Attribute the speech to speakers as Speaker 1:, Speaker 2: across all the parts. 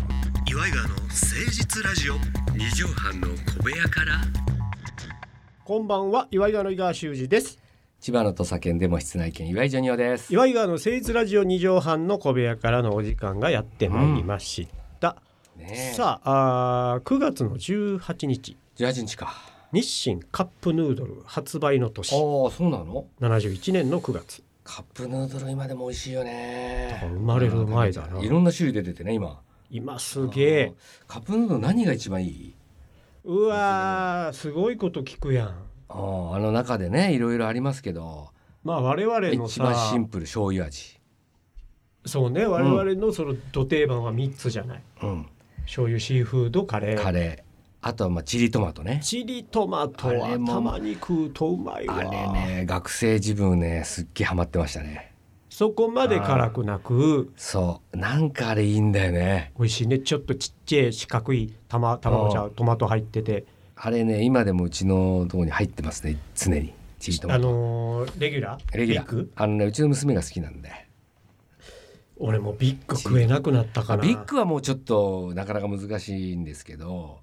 Speaker 1: イガーの誠実ラジオ二畳半の小部屋から
Speaker 2: こんばんは岩井川の井川修司です
Speaker 3: 千葉のと叫んでも室内犬岩井ジョニオです。
Speaker 2: 岩井川の誠実ラジオ二畳半の小部屋からのお時間がやってまいりました、
Speaker 3: ねえ、
Speaker 2: さああー9月の18日
Speaker 3: 18日か。
Speaker 2: 日清カップヌードル発売の年
Speaker 3: ああ、そうなの？
Speaker 2: 71年の9月
Speaker 3: カップヌードル今でも美味しいよね。
Speaker 2: 生まれる前だない
Speaker 3: ろんな種類出ててね今。
Speaker 2: 今すげえ
Speaker 3: あー。カップヌードル何が一番いい？
Speaker 2: うわーすごいこと聞くやん
Speaker 3: ああ、あの中でねいろいろありますけど、
Speaker 2: まあ我々の
Speaker 3: 一番
Speaker 2: さ
Speaker 3: シンプル醤油味。
Speaker 2: そうね我々のその土定番は3つじゃない、
Speaker 3: うん。
Speaker 2: 醤油シーフードカレー
Speaker 3: カレー。あとはまあチリトマトね。
Speaker 2: チリトマト
Speaker 3: あ
Speaker 2: は
Speaker 3: れも
Speaker 2: たまに食うとうまいわ
Speaker 3: あれね学生自分ねすっげえハマってましたね。
Speaker 2: そこまで辛くなく
Speaker 3: そうなんかあれいいんだよね。
Speaker 2: 美味しいねちょっとちっちゃい四角い玉卵ちゃ
Speaker 3: う
Speaker 2: うトマト入ってて
Speaker 3: あれね今でもうちのとこに入ってますね常にチリトマ
Speaker 2: あ
Speaker 3: ト。
Speaker 2: のーレギュラー
Speaker 3: レギュラ
Speaker 2: ビッ
Speaker 3: ー
Speaker 2: グ
Speaker 3: あのねうちの娘が好きなんで
Speaker 2: 俺もビッグ食えなくなったから
Speaker 3: ビッグはもうちょっとなかなか難しいんですけど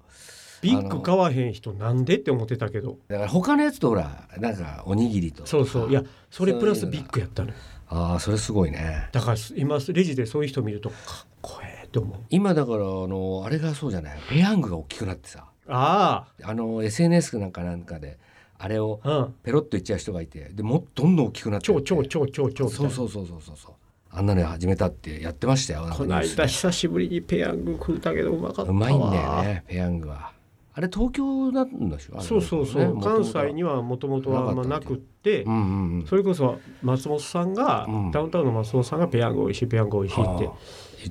Speaker 2: ビッグ買わへん人なんでって思ってたけど
Speaker 3: だから他のやつとほらなんかおにぎりと
Speaker 2: そうそういやそれプラス
Speaker 3: そういう
Speaker 2: ビ
Speaker 3: のだ
Speaker 2: ッグやったのよ
Speaker 3: ああそれすごいね
Speaker 2: だから今レジでそういう人見るとかっこええと思う
Speaker 3: 今だからあのあれがそうじゃないペヤングが大きくなってさ
Speaker 2: あ
Speaker 3: あの SNS なんかなんかであれを
Speaker 2: あうん
Speaker 3: ペロッといっちゃう人がいてでもうどんどん大きくなって
Speaker 2: 超
Speaker 3: って
Speaker 2: 超超超超
Speaker 3: そうそうそうそうそうそうあんなの始めたってやってましたよなんか
Speaker 2: この
Speaker 3: ニュースで
Speaker 2: 間久しぶりにペヤング食うたけどうまかったわ
Speaker 3: うまいんだよねペヤングはあれ東京なんでしょあれ
Speaker 2: そうそうそう、
Speaker 3: ね元々
Speaker 2: 関
Speaker 3: は
Speaker 2: 西にはもともとはあんまなくって、
Speaker 3: うんうんうん
Speaker 2: それこそ松本さんが、
Speaker 3: うん
Speaker 2: ダウンタウンの松本さんがペヤング美味しいペヤング美味しいって
Speaker 3: はあ言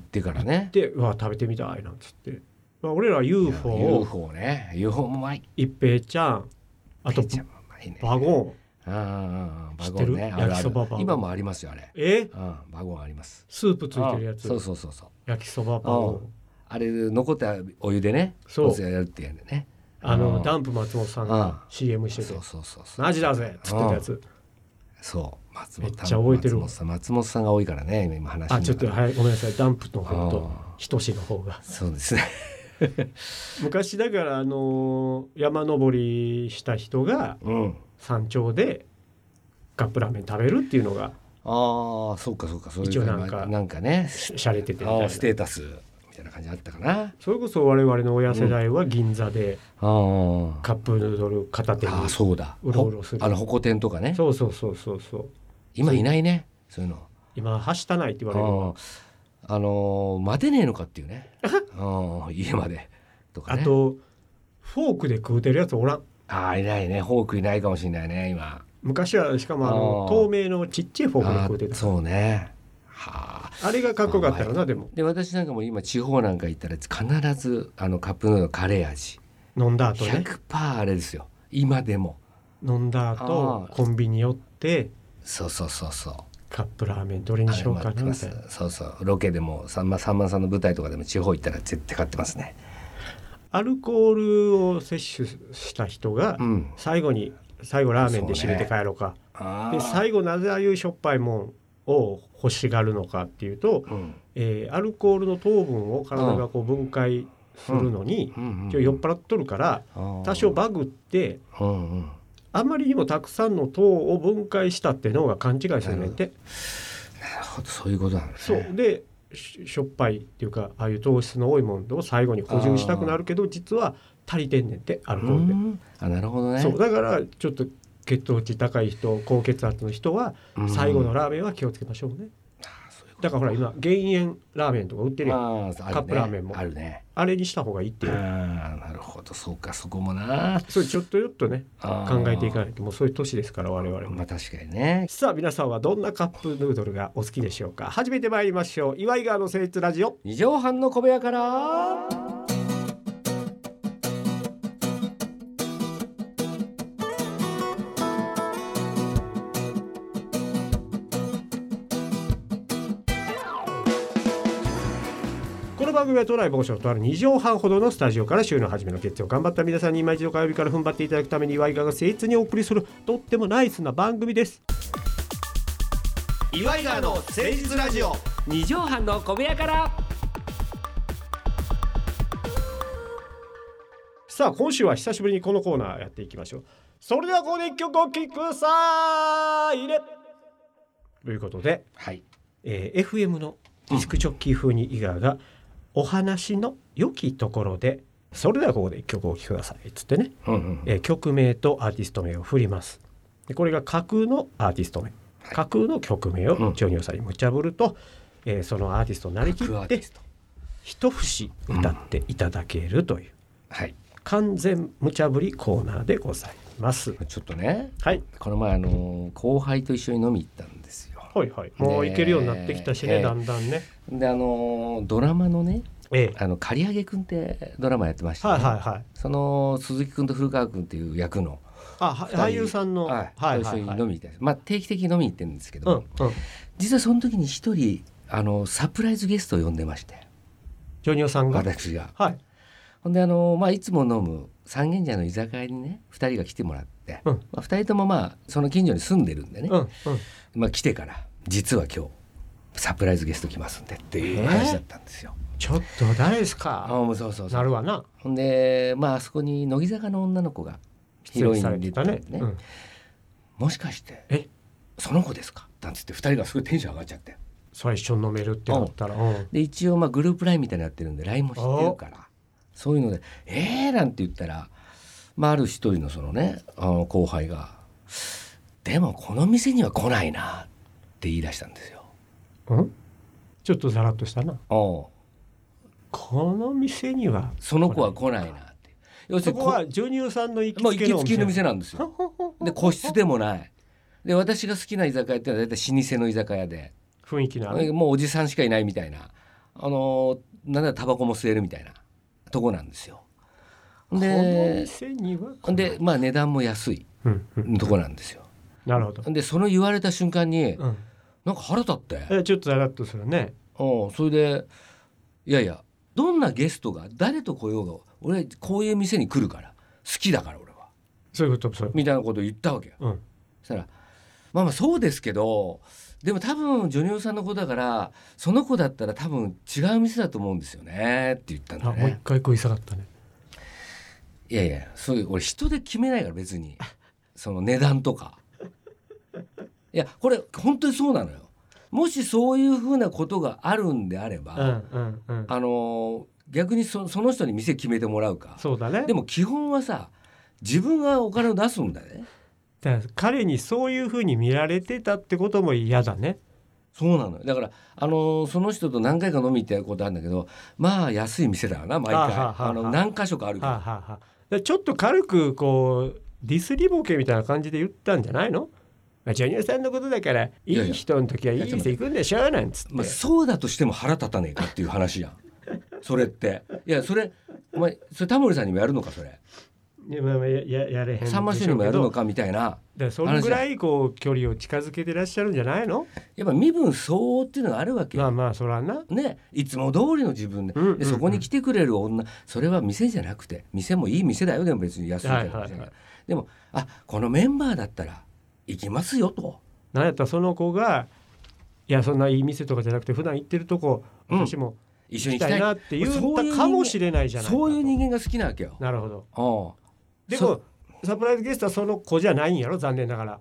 Speaker 3: ってからね
Speaker 2: でうわ食べてみたいなんつって、まあ、俺ら UFO
Speaker 3: いや UFO ね UFO もうまい
Speaker 2: 一平ちゃんあと
Speaker 3: ペイちゃんもうまいね
Speaker 2: バゴン
Speaker 3: ああああバ
Speaker 2: 知って
Speaker 3: ゴ
Speaker 2: る
Speaker 3: ンねあるある
Speaker 2: 焼きそばバゴン
Speaker 3: 今もありますよあれ
Speaker 2: え
Speaker 3: ああバゴンあります
Speaker 2: スープついてるや
Speaker 3: あ
Speaker 2: つ
Speaker 3: あそうそうそうそう
Speaker 2: 焼きそばパンを
Speaker 3: あれ残ったお湯でね
Speaker 2: そう
Speaker 3: おつややるってやんでね
Speaker 2: あの
Speaker 3: ああ
Speaker 2: ダンプ松本さんが
Speaker 3: あ
Speaker 2: CM してて
Speaker 3: そうそうそう
Speaker 2: 「
Speaker 3: そう
Speaker 2: マジだぜ!」っつってたやつ
Speaker 3: そう松
Speaker 2: めっ
Speaker 3: 本
Speaker 2: ちゃ覚えてる
Speaker 3: 松本さん松本さんが多いからね今話の中
Speaker 2: あちょっとはいごめんなさいダンプの方と
Speaker 3: ああ
Speaker 2: 仁の方が
Speaker 3: そうですね
Speaker 2: 昔だからあのー山登りした人が
Speaker 3: うん
Speaker 2: 山頂でカップラーメン食べるっていうのが
Speaker 3: ああそうかそうかそういう
Speaker 2: 一応なんか
Speaker 3: なんかね
Speaker 2: ししゃれててみたい
Speaker 3: あ
Speaker 2: な
Speaker 3: あステータスみたいな感じあったかな
Speaker 2: それこそ我々の親世代は銀座で
Speaker 3: ああ
Speaker 2: カップヌードル片手に、
Speaker 3: ああそうだ
Speaker 2: うろうろする
Speaker 3: ほあのホコ天とかね
Speaker 2: そうそうそうそうそう
Speaker 3: 今いないねそういうの
Speaker 2: 今はしたないって言われるわ
Speaker 3: あああのー待てねえのかっていう ねうん家までとか
Speaker 2: あ
Speaker 3: ね
Speaker 2: とフォークで食うてるやつおらん
Speaker 3: ああいないねフォークいないかもしれないね今
Speaker 2: 昔はしかもあの
Speaker 3: あー
Speaker 2: 透明のちっちゃいフォークで
Speaker 3: あ
Speaker 2: 食うてた
Speaker 3: そうねはあ
Speaker 2: あれがかっこよかったよなでも
Speaker 3: で私なんかも今地方なんか行ったら必ずあのカップヌードルカレー味
Speaker 2: 飲んだ後ね
Speaker 3: 100%あれですよ今でも
Speaker 2: 飲んだ後
Speaker 3: あー
Speaker 2: コンビニ寄って
Speaker 3: そうそうそうそう
Speaker 2: カップラーメンどれにしようかなみたいな
Speaker 3: そうそうロケでもさんまさんまさんの舞台とかでも地方行ったら絶対買ってますね
Speaker 2: アルコールを摂取した人が
Speaker 3: うん
Speaker 2: 最後に最後ラーメンで締めて帰ろうか
Speaker 3: あ
Speaker 2: で最後なぜああいうしょっぱいもんを欲しがるのかっていうと、
Speaker 3: うん
Speaker 2: えーアルコールの糖分を体がこう分解するのに、
Speaker 3: うん
Speaker 2: ちょ酔っ払っとるから多少バグって
Speaker 3: うんうん
Speaker 2: あまりにもたくさんの糖を分解したって脳が勘違いするねって、
Speaker 3: なるほどそういうことなんだね
Speaker 2: そうでししょっぱいっていうかああいう糖質の多いものを最後に補充したくなるけど実は足りてんねんってアルコ
Speaker 3: う
Speaker 2: ールで。
Speaker 3: んあなるほどね
Speaker 2: そうだからちょっと血糖値高い人高血圧の人は
Speaker 3: うん
Speaker 2: 最後のラーメンは気をつけましょうね、
Speaker 3: そういうこ
Speaker 2: だからほら今減塩ラーメンとか売っ
Speaker 3: と
Speaker 2: てるや
Speaker 3: まああ
Speaker 2: んあ
Speaker 3: るね
Speaker 2: カップラーメンも
Speaker 3: あるね
Speaker 2: れにした方がいいって
Speaker 3: あ
Speaker 2: いう、
Speaker 3: ーなるほどそうかそこもな
Speaker 2: それちょっとちょっとね
Speaker 3: あ
Speaker 2: 考
Speaker 3: ー
Speaker 2: えていかないともうそういう年ですから我々も、
Speaker 3: まあ確かにね
Speaker 2: さあ皆さんはどんなカップヌードルがお好きでしょうか始めてまいりましょう岩井川の誠実ラジオ
Speaker 3: 二畳半の小部屋から
Speaker 2: この番組は都内某所とある2畳半ほどのスタジオから週の初めの月曜頑張った皆さんに今一度火曜日から踏ん張っていただくために岩井川が誠実にお送りするとってもナイスな番組です
Speaker 1: 岩井川の誠実ラジオ
Speaker 3: 二畳半の小部屋から
Speaker 2: さあ今週は久しぶりにこのコーナーやっていきましょうそれではここで一曲お聴きくださいねということで、
Speaker 3: はい。
Speaker 2: えー FM のディスクジョッキー風に井川がお話の良きところでそれではここで一曲お聴きくださいっつってね
Speaker 3: うんうん。
Speaker 2: えー曲名とアーティスト名を振りますでこれが架空のアーティスト名架空の曲名をジョニオさんに無茶ぶると、えーそのアーティストになりき
Speaker 3: 架空ア
Speaker 2: っ
Speaker 3: ーテ
Speaker 2: て
Speaker 3: ィスト
Speaker 2: 一節歌っていただけるという
Speaker 3: はい。
Speaker 2: 完全無茶ぶりコーナーでございます
Speaker 3: ちょっとね、
Speaker 2: はい
Speaker 3: この前あの後輩と一緒に飲み行ったんですよ。
Speaker 2: はいはいもういけるようになってきたしね
Speaker 3: ね
Speaker 2: だんだんね
Speaker 3: であのドラマのね、
Speaker 2: ええ
Speaker 3: あの刈り上げくんってドラマやってました、ね。
Speaker 2: はいはいはい
Speaker 3: その鈴木くんと古川くんっていう役の
Speaker 2: あ
Speaker 3: 二
Speaker 2: は
Speaker 3: 人
Speaker 2: 俳優さんの
Speaker 3: はい、
Speaker 2: はい
Speaker 3: と
Speaker 2: はい
Speaker 3: 一緒
Speaker 2: は
Speaker 3: に
Speaker 2: い
Speaker 3: 飲み行ったんですまあ定期的に飲みに行ってるんですけど
Speaker 2: うん
Speaker 3: も、
Speaker 2: うん
Speaker 3: 実はその時に一人あのサプライズゲストを呼んでまして、
Speaker 2: ジョニオさんが
Speaker 3: 私が。
Speaker 2: はい
Speaker 3: ほんであの、まあ、いつも飲む三軒茶屋の居酒屋にね2人が来てもらって、
Speaker 2: うん
Speaker 3: まあ、2人ともまあその近所に住んでるんでね、
Speaker 2: うんうん
Speaker 3: まあ、来てから実は今日サプライズゲスト来ますんでっていう話だったんですよ。
Speaker 2: ちょっと誰です
Speaker 3: あ
Speaker 2: か
Speaker 3: もうそうそうそ
Speaker 2: な
Speaker 3: う
Speaker 2: るわな
Speaker 3: ほんで、まあ、あそこに乃木坂の女の子がヒ
Speaker 2: 出
Speaker 3: ロ
Speaker 2: 演
Speaker 3: イン
Speaker 2: さ
Speaker 3: で
Speaker 2: れて
Speaker 3: 出
Speaker 2: た
Speaker 3: たんで
Speaker 2: ね
Speaker 3: ね
Speaker 2: うん
Speaker 3: もしかして
Speaker 2: え
Speaker 3: その子ですか?」なんつって2人がすごいテンション上がっちゃって
Speaker 2: それ一緒に飲めるってなったら、うん
Speaker 3: で一応まあグループ LINE みたいになのやってるんで LINE も知ってるからそういうので「えー!」なんて言ったら、まあ、ある一人のそのねあの後輩が「でもこの店には来ないな」って言い出したんですよ。
Speaker 2: うんちょっとザラッとしたな
Speaker 3: お
Speaker 2: この店には
Speaker 3: その子は来ないなって要す
Speaker 2: そ
Speaker 3: るに
Speaker 2: こ
Speaker 3: こ
Speaker 2: は女優さんの行
Speaker 3: もう
Speaker 2: き
Speaker 3: 行
Speaker 2: つけの
Speaker 3: きつ
Speaker 2: お
Speaker 3: け
Speaker 2: 店
Speaker 3: の店なんですよ。で個室でもない。で私が好きな居酒屋っていうのは大体老舗の居酒屋で
Speaker 2: 雰囲気のある
Speaker 3: もうおじさんしかいないみたいなあのなんだタバコも吸えるみたいなとこなんですよ。
Speaker 2: この
Speaker 3: で
Speaker 2: 店には
Speaker 3: ほんで、まあ、値段も安い
Speaker 2: うんうん、
Speaker 3: とこなんですよ。
Speaker 2: なるほど、
Speaker 3: でその言われた瞬間に
Speaker 2: うん、
Speaker 3: なんか腹立って、
Speaker 2: えちょっとザラッとするね
Speaker 3: うん、それでいやいやどんなゲストが誰と来ようが俺こういう店に来るから好きだから俺は
Speaker 2: そういうことそういうこ
Speaker 3: みたいなことを言ったわけよ。
Speaker 2: と、うん、
Speaker 3: そしたらまあまあそうですけどでも多分ジョニオさんの子だからその子だったら多分違う店だと思うんですよねって言ったん
Speaker 2: あ
Speaker 3: だ
Speaker 2: もう一
Speaker 3: ね。
Speaker 2: 回食い下がったね
Speaker 3: いやいやそういう俺人で決めないから別にその値段とか。いやこれ本当にそうなのよ。もしそういうふうなことがあるんであれば、
Speaker 2: うんうんうん
Speaker 3: あの逆にそその人に店決めてもらうか。
Speaker 2: そうだね
Speaker 3: でも基本はさ自分がお金を出すんだね。
Speaker 2: だから彼にそういうふうに見られてたってことも嫌だね
Speaker 3: そうなのよだからあのーその人と何回か飲み行ったことあるんだけどまあ安い店だよな毎
Speaker 2: あは
Speaker 3: 回
Speaker 2: あは
Speaker 3: あ
Speaker 2: あはあ
Speaker 3: の何箇所かある
Speaker 2: はあ、は
Speaker 3: か
Speaker 2: あはあ、だからちょっと軽くこうディスりボケみたいな感じで言ったんじゃないのまあジョニオさんのことだからい
Speaker 3: やいや
Speaker 2: い人の時はいい店行くんでしょなんつって、
Speaker 3: ら、まあ、そうだとしても腹立たねえかっていう話 やんそれっていやそれお前それタモリさんにもやるのかそれ
Speaker 2: いやまあまあやややれへんでし
Speaker 3: さ
Speaker 2: ょ
Speaker 3: ん
Speaker 2: う
Speaker 3: ま師
Speaker 2: け
Speaker 3: にもやるの
Speaker 2: ど
Speaker 3: かみたいな
Speaker 2: だからそのぐらいこう距離を近づけてらっしゃるんじゃないの
Speaker 3: やっぱ身分相応っていうのがあるわけ
Speaker 2: ま
Speaker 3: よ、
Speaker 2: あまあそらな
Speaker 3: ねいつも通りの自分で,で、
Speaker 2: うんうんうん
Speaker 3: そこに来てくれる女それは店じゃなくて店もいい店だよでも別に安いから、
Speaker 2: はいはいはい
Speaker 3: でもあこのメンバーだったら行きますよと。
Speaker 2: なんやったらその子がいやそんないい店とかじゃなくて普段行ってるとこ
Speaker 3: うん
Speaker 2: 私も
Speaker 3: 一緒
Speaker 2: 行
Speaker 3: に
Speaker 2: き
Speaker 3: 行きた
Speaker 2: た
Speaker 3: い
Speaker 2: いなって言ったかもしれないじゃないか
Speaker 3: そういう
Speaker 2: と
Speaker 3: 人間が好きなわけよ。
Speaker 2: なるほど
Speaker 3: う
Speaker 2: で
Speaker 3: そ
Speaker 2: もサプライズゲストはその子じゃないんやろ残念ながら
Speaker 3: ん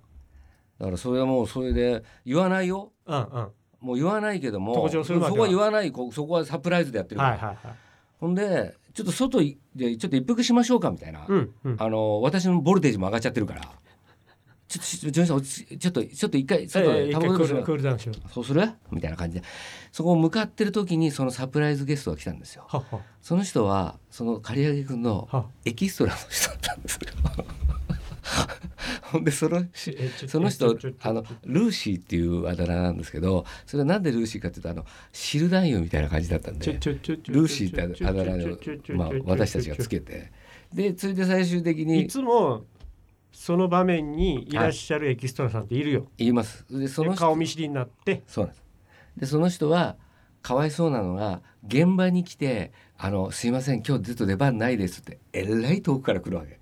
Speaker 3: だからそれはもうそれで言わないよ。
Speaker 2: うんうん
Speaker 3: もう言わないけども、
Speaker 2: 登場するまでは
Speaker 3: そこは言わない、こそこはサプライズでやってるから。
Speaker 2: はいはいはい
Speaker 3: ほんで、ちょっと外いでちょっと一服しましょうかみたいな。
Speaker 2: うんうん
Speaker 3: あの私のボルテージも上がっちゃってるから。ちょっとちょジョニーさん落ちちょっとちょっと一回
Speaker 2: え
Speaker 3: 外
Speaker 2: え
Speaker 3: で
Speaker 2: 一
Speaker 3: タ
Speaker 2: 回
Speaker 3: バ
Speaker 2: ク
Speaker 3: コでもし
Speaker 2: ール
Speaker 3: よ
Speaker 2: クールダウンしよう
Speaker 3: うそうするみたいな感じでそこを向かってる時にそのサプライズゲストが来たんですよ
Speaker 2: はっは
Speaker 3: その人はその刈り上げ君の
Speaker 2: は
Speaker 3: エキストラの人だったんですよ ほんでその
Speaker 2: えちょ
Speaker 3: その
Speaker 2: ち
Speaker 3: 人
Speaker 2: ょちょちょ
Speaker 3: あのルーシーっていうあだ名なんですけどそれはなんでルーシーかっていうとあのシル男優みたいな感じだったん
Speaker 2: ちょ
Speaker 3: で
Speaker 2: ちょちょちょ
Speaker 3: ルーシーってあだ名
Speaker 2: ちょちょちょち
Speaker 3: を、
Speaker 2: ょ
Speaker 3: まあ、私たちがつけてでそれで最終的
Speaker 2: い
Speaker 3: に
Speaker 2: つもその場面にいらっしゃるエキストラさんっているよ、
Speaker 3: 言いますでそ
Speaker 2: で
Speaker 3: の
Speaker 2: 顔
Speaker 3: 人
Speaker 2: 見知りになって
Speaker 3: そうなんですでその人はかわいそうなのが現場に来て「あのすいません今日ずっと出番ないです」ってえらい遠くから来るわけ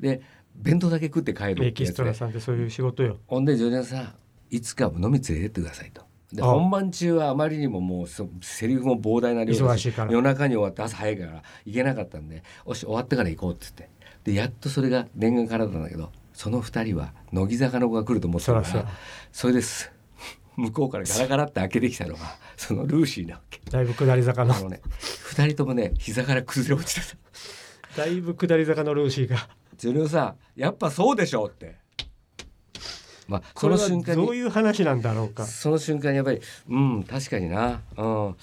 Speaker 3: で弁当だけ食って帰るってやつで
Speaker 2: エキストラさんってそういう仕事よ
Speaker 3: ほんでジョニオさんいつか飲み連れてってくださいとで
Speaker 2: あ
Speaker 3: 本番中はあまりにももうそセリフも膨大な量
Speaker 2: 忙
Speaker 3: だ
Speaker 2: しいから
Speaker 3: 夜中に終わって朝早いから行けなかったんで「よし終わってから行こう」っつってでやっとそれが念願からだったんだけどその2人は乃木坂の子が来ると思ってたから
Speaker 2: そらそう
Speaker 3: それです 向こうからガラガラって開けてきたのがそのルーシーなわけ
Speaker 2: だいぶ下り坂の
Speaker 3: あのね2人ともね膝から崩れ落ちてた
Speaker 2: だいぶ下り坂のルーシーが
Speaker 3: ジュニオさんやっぱそうでしょうってまあ
Speaker 2: こ
Speaker 3: そ
Speaker 2: れ
Speaker 3: の
Speaker 2: は
Speaker 3: 瞬間
Speaker 2: どう
Speaker 3: に
Speaker 2: いう話なんだろうか
Speaker 3: その瞬間にやっぱりうん確かになうん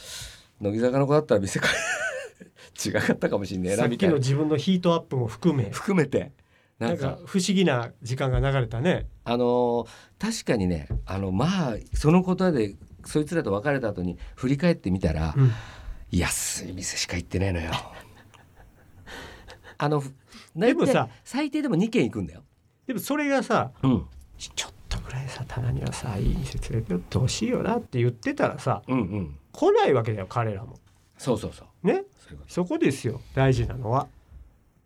Speaker 3: 乃木坂の子だったら見せか 違かったかもしんねえ
Speaker 2: さ
Speaker 3: な
Speaker 2: っ
Speaker 3: みた
Speaker 2: き
Speaker 3: い
Speaker 2: の
Speaker 3: な
Speaker 2: 自分のヒートアップも含め
Speaker 3: 含めてな
Speaker 2: なん
Speaker 3: んか
Speaker 2: か不思議な時間が流れたね
Speaker 3: あのー確かにねあのまあそのことでそいつらと別れた後に振り返ってみたら、
Speaker 2: うん
Speaker 3: 安い店しか行ってないの よあの
Speaker 2: でもさ
Speaker 3: 大体最低でも2軒行くんだよ、
Speaker 2: でもそれがさ
Speaker 3: うん
Speaker 2: ちちょっとぐらいさたまにはさいい店連れてってほしいよなって言ってたらさ
Speaker 3: うんうん
Speaker 2: 来ないわけだよ彼らも
Speaker 3: そうそうそう
Speaker 2: ね
Speaker 3: そういうこと
Speaker 2: そこですよ大事なのは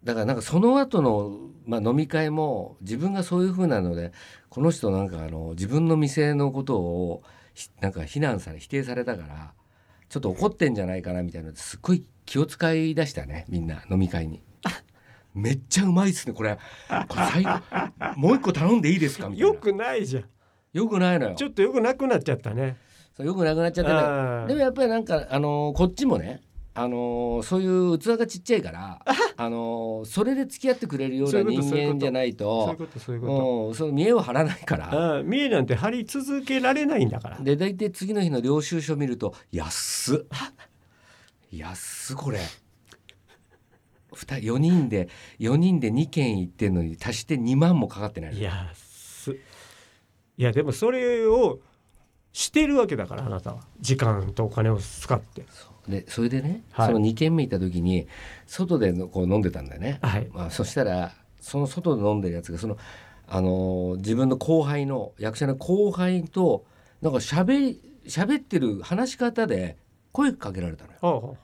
Speaker 3: だからなんかその後のまあ飲み会も自分がそういう風なのでこの人なんかあの自分の店のことをひなんか非難され否定されたからちょっと怒ってんじゃないかなみたいなのですっごい気を使い出したねみんな飲み会に。めっちゃうまいっすねこれこれ最後もう一個頼んでいいですかみたいな
Speaker 2: よくないじゃん
Speaker 3: よくないのよ
Speaker 2: ちょっとよくなくなっちゃったね
Speaker 3: そうよくなくなっちゃってね
Speaker 2: あ
Speaker 3: でも
Speaker 2: ー
Speaker 3: やっぱりなんか、あのーこっちもね、あのーそういう器がちっちゃいから、あのーそれで付き合ってくれるよう
Speaker 2: そう
Speaker 3: な
Speaker 2: いうこと
Speaker 3: 人間じゃない
Speaker 2: そういう
Speaker 3: と
Speaker 2: ことそういうこ
Speaker 3: うんその見栄を張らないか
Speaker 2: と
Speaker 3: ら。
Speaker 2: あー見えなんて張り続けられないんだから
Speaker 3: で大体次の日の領収書見ると「安っ安っこれ」二人4人で4人で2件行ってんのに足して2万もかかってないの
Speaker 2: いやすいやでもそれをしてるわけだからあなたは時間とお金を使って
Speaker 3: でそれでね、
Speaker 2: はい
Speaker 3: その2軒目行った時に外でのこう飲んでたんだよね、
Speaker 2: はい
Speaker 3: まあ、そしたらその外で飲んでるやつがその、あのー自分の後輩の役者の後輩となんか喋喋ってる話し方で声かけられたのよだか
Speaker 2: ほうほうほ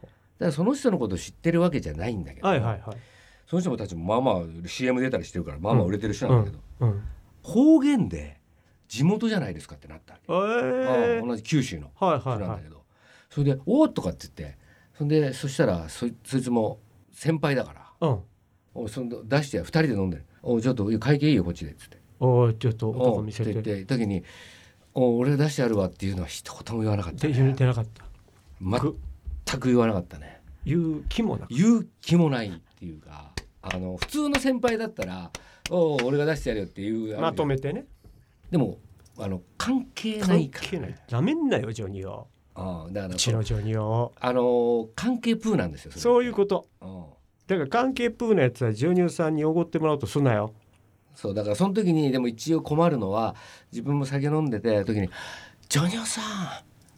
Speaker 3: らその人のこと知ってるわけじゃないんだけ
Speaker 2: う
Speaker 3: ど、
Speaker 2: はいはいはい
Speaker 3: その人もたちもまあまあ CM 出たりしてるからまあまあ売れてる人なんだけど、
Speaker 2: うん
Speaker 3: 方言で「地元じゃないですか」ってなったわ
Speaker 2: え
Speaker 3: け、
Speaker 2: ー
Speaker 3: ああ同じ九州の
Speaker 2: はい
Speaker 3: 人
Speaker 2: はい
Speaker 3: なん
Speaker 2: は
Speaker 3: だ
Speaker 2: い
Speaker 3: けど、それで「おーっ!」とかって言ってそんでそしたらそいそいつも先輩だから
Speaker 2: うん
Speaker 3: おその出して2人で飲んでる「おちょっと会計いいよこっちで」っつって
Speaker 2: おーちょっと
Speaker 3: 「
Speaker 2: 男
Speaker 3: お
Speaker 2: 見せ
Speaker 3: ってて
Speaker 2: って
Speaker 3: 言って時に「お俺出してやるわ」っていうのは一言も言わなかった、
Speaker 2: 言っ
Speaker 3: ね、
Speaker 2: てなかった
Speaker 3: 全く言わなかったね
Speaker 2: 言う気もなく
Speaker 3: 言う気もないっていうかあの普通の先輩だったら「おう俺が出してやるよ」っていう
Speaker 2: まとめてね
Speaker 3: でもあの関係な
Speaker 2: 関
Speaker 3: いから
Speaker 2: 係ないなめんなよジョニオ
Speaker 3: ああだから
Speaker 2: うちのジョニオ
Speaker 3: あの関係プーなんですよ
Speaker 2: そういう
Speaker 3: と、
Speaker 2: こと
Speaker 3: うん
Speaker 2: だから関係プーのやつはジョニオさんにおごってもらおうとすなよ
Speaker 3: そうだからその時にでも一応困るのは自分も酒飲んでて時に「ジョニオさん!」っ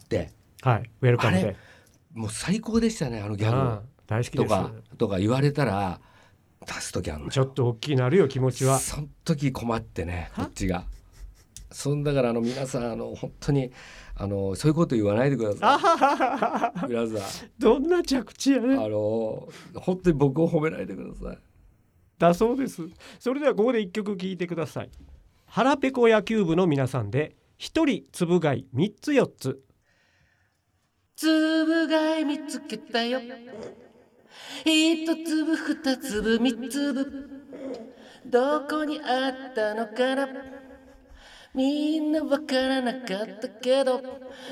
Speaker 3: て
Speaker 2: はいウェルカム
Speaker 3: あ
Speaker 2: で
Speaker 3: れ「もう最高でしたねあのギャグ
Speaker 2: うん大好き
Speaker 3: と
Speaker 2: で
Speaker 3: かとか言われたら出す時あるの
Speaker 2: すちょっと大きいなるよ気持ちは
Speaker 3: その時困ってね
Speaker 2: は
Speaker 3: こっちが。そんだからあの皆さんあの本当にあのそういうこと言わないでくだ
Speaker 2: あ
Speaker 3: さ
Speaker 2: ははははい
Speaker 3: 皆さん
Speaker 2: どんな着地や
Speaker 3: あ
Speaker 2: ね
Speaker 3: の本当に僕を褒めないでください
Speaker 2: だそうですそれではここで一曲聴いてください腹ペコ野球部の皆さんで一人つぶ貝三つ四つ
Speaker 4: つぶ貝見つけたよ一粒二粒三粒どこにあったのかなみんなわからなかったけど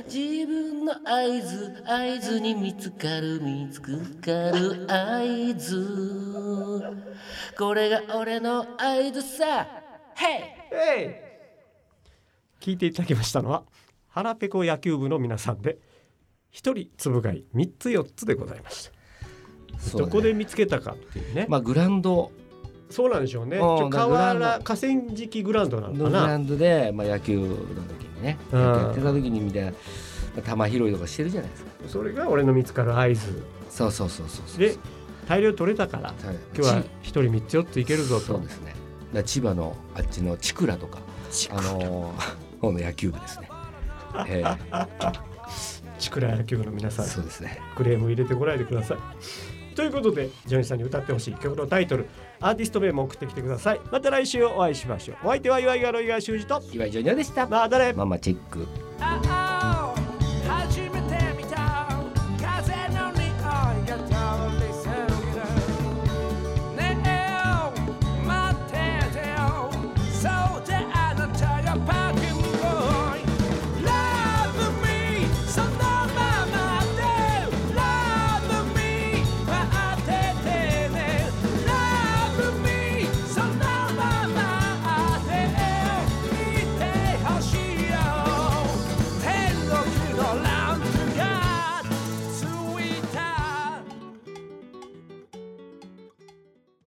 Speaker 4: 自分の合図合図に見つかる見つかる合図これが俺の合図さ Hey!
Speaker 2: 聞いていただきましたのは腹ペコ野球部の皆さんで一人つぶ貝三つ四つでございました、
Speaker 3: そう
Speaker 2: ど
Speaker 3: ね
Speaker 2: こで見つけたかっていうね、
Speaker 3: まあグラウンド
Speaker 2: そうなんでしょうね
Speaker 3: うん
Speaker 2: ちょ
Speaker 3: だから
Speaker 2: 河
Speaker 3: グラウ
Speaker 2: 原
Speaker 3: ン
Speaker 2: 河川敷グラウンドなの
Speaker 3: の
Speaker 2: か
Speaker 3: グラ
Speaker 2: な
Speaker 3: ウンドで、まあ、野球の時にね、
Speaker 2: うん
Speaker 3: やってた時にみたいな球拾いとかしてるじゃないですか
Speaker 2: それが俺の見つかる合図
Speaker 3: そうそうそうそうそう
Speaker 2: で大量取れたから
Speaker 3: はい
Speaker 2: 今日は
Speaker 3: ち
Speaker 2: 一人三つ四ついけるぞ
Speaker 3: そ
Speaker 2: と
Speaker 3: うですねだから千葉のあっちのチクラとかあのー、方の野球部ですね、えー
Speaker 2: ちくら野球部の皆さん
Speaker 3: そうですね
Speaker 2: クレーム入れてこないでください。ということで、ジョニーさんに歌ってほしい曲のタイトル、アーティスト名も送ってきてください。また来週お会いしましょう。お相手は岩井川の井川修司と、
Speaker 3: 岩井ジョニオでした
Speaker 2: まあ、誰
Speaker 3: ママチェック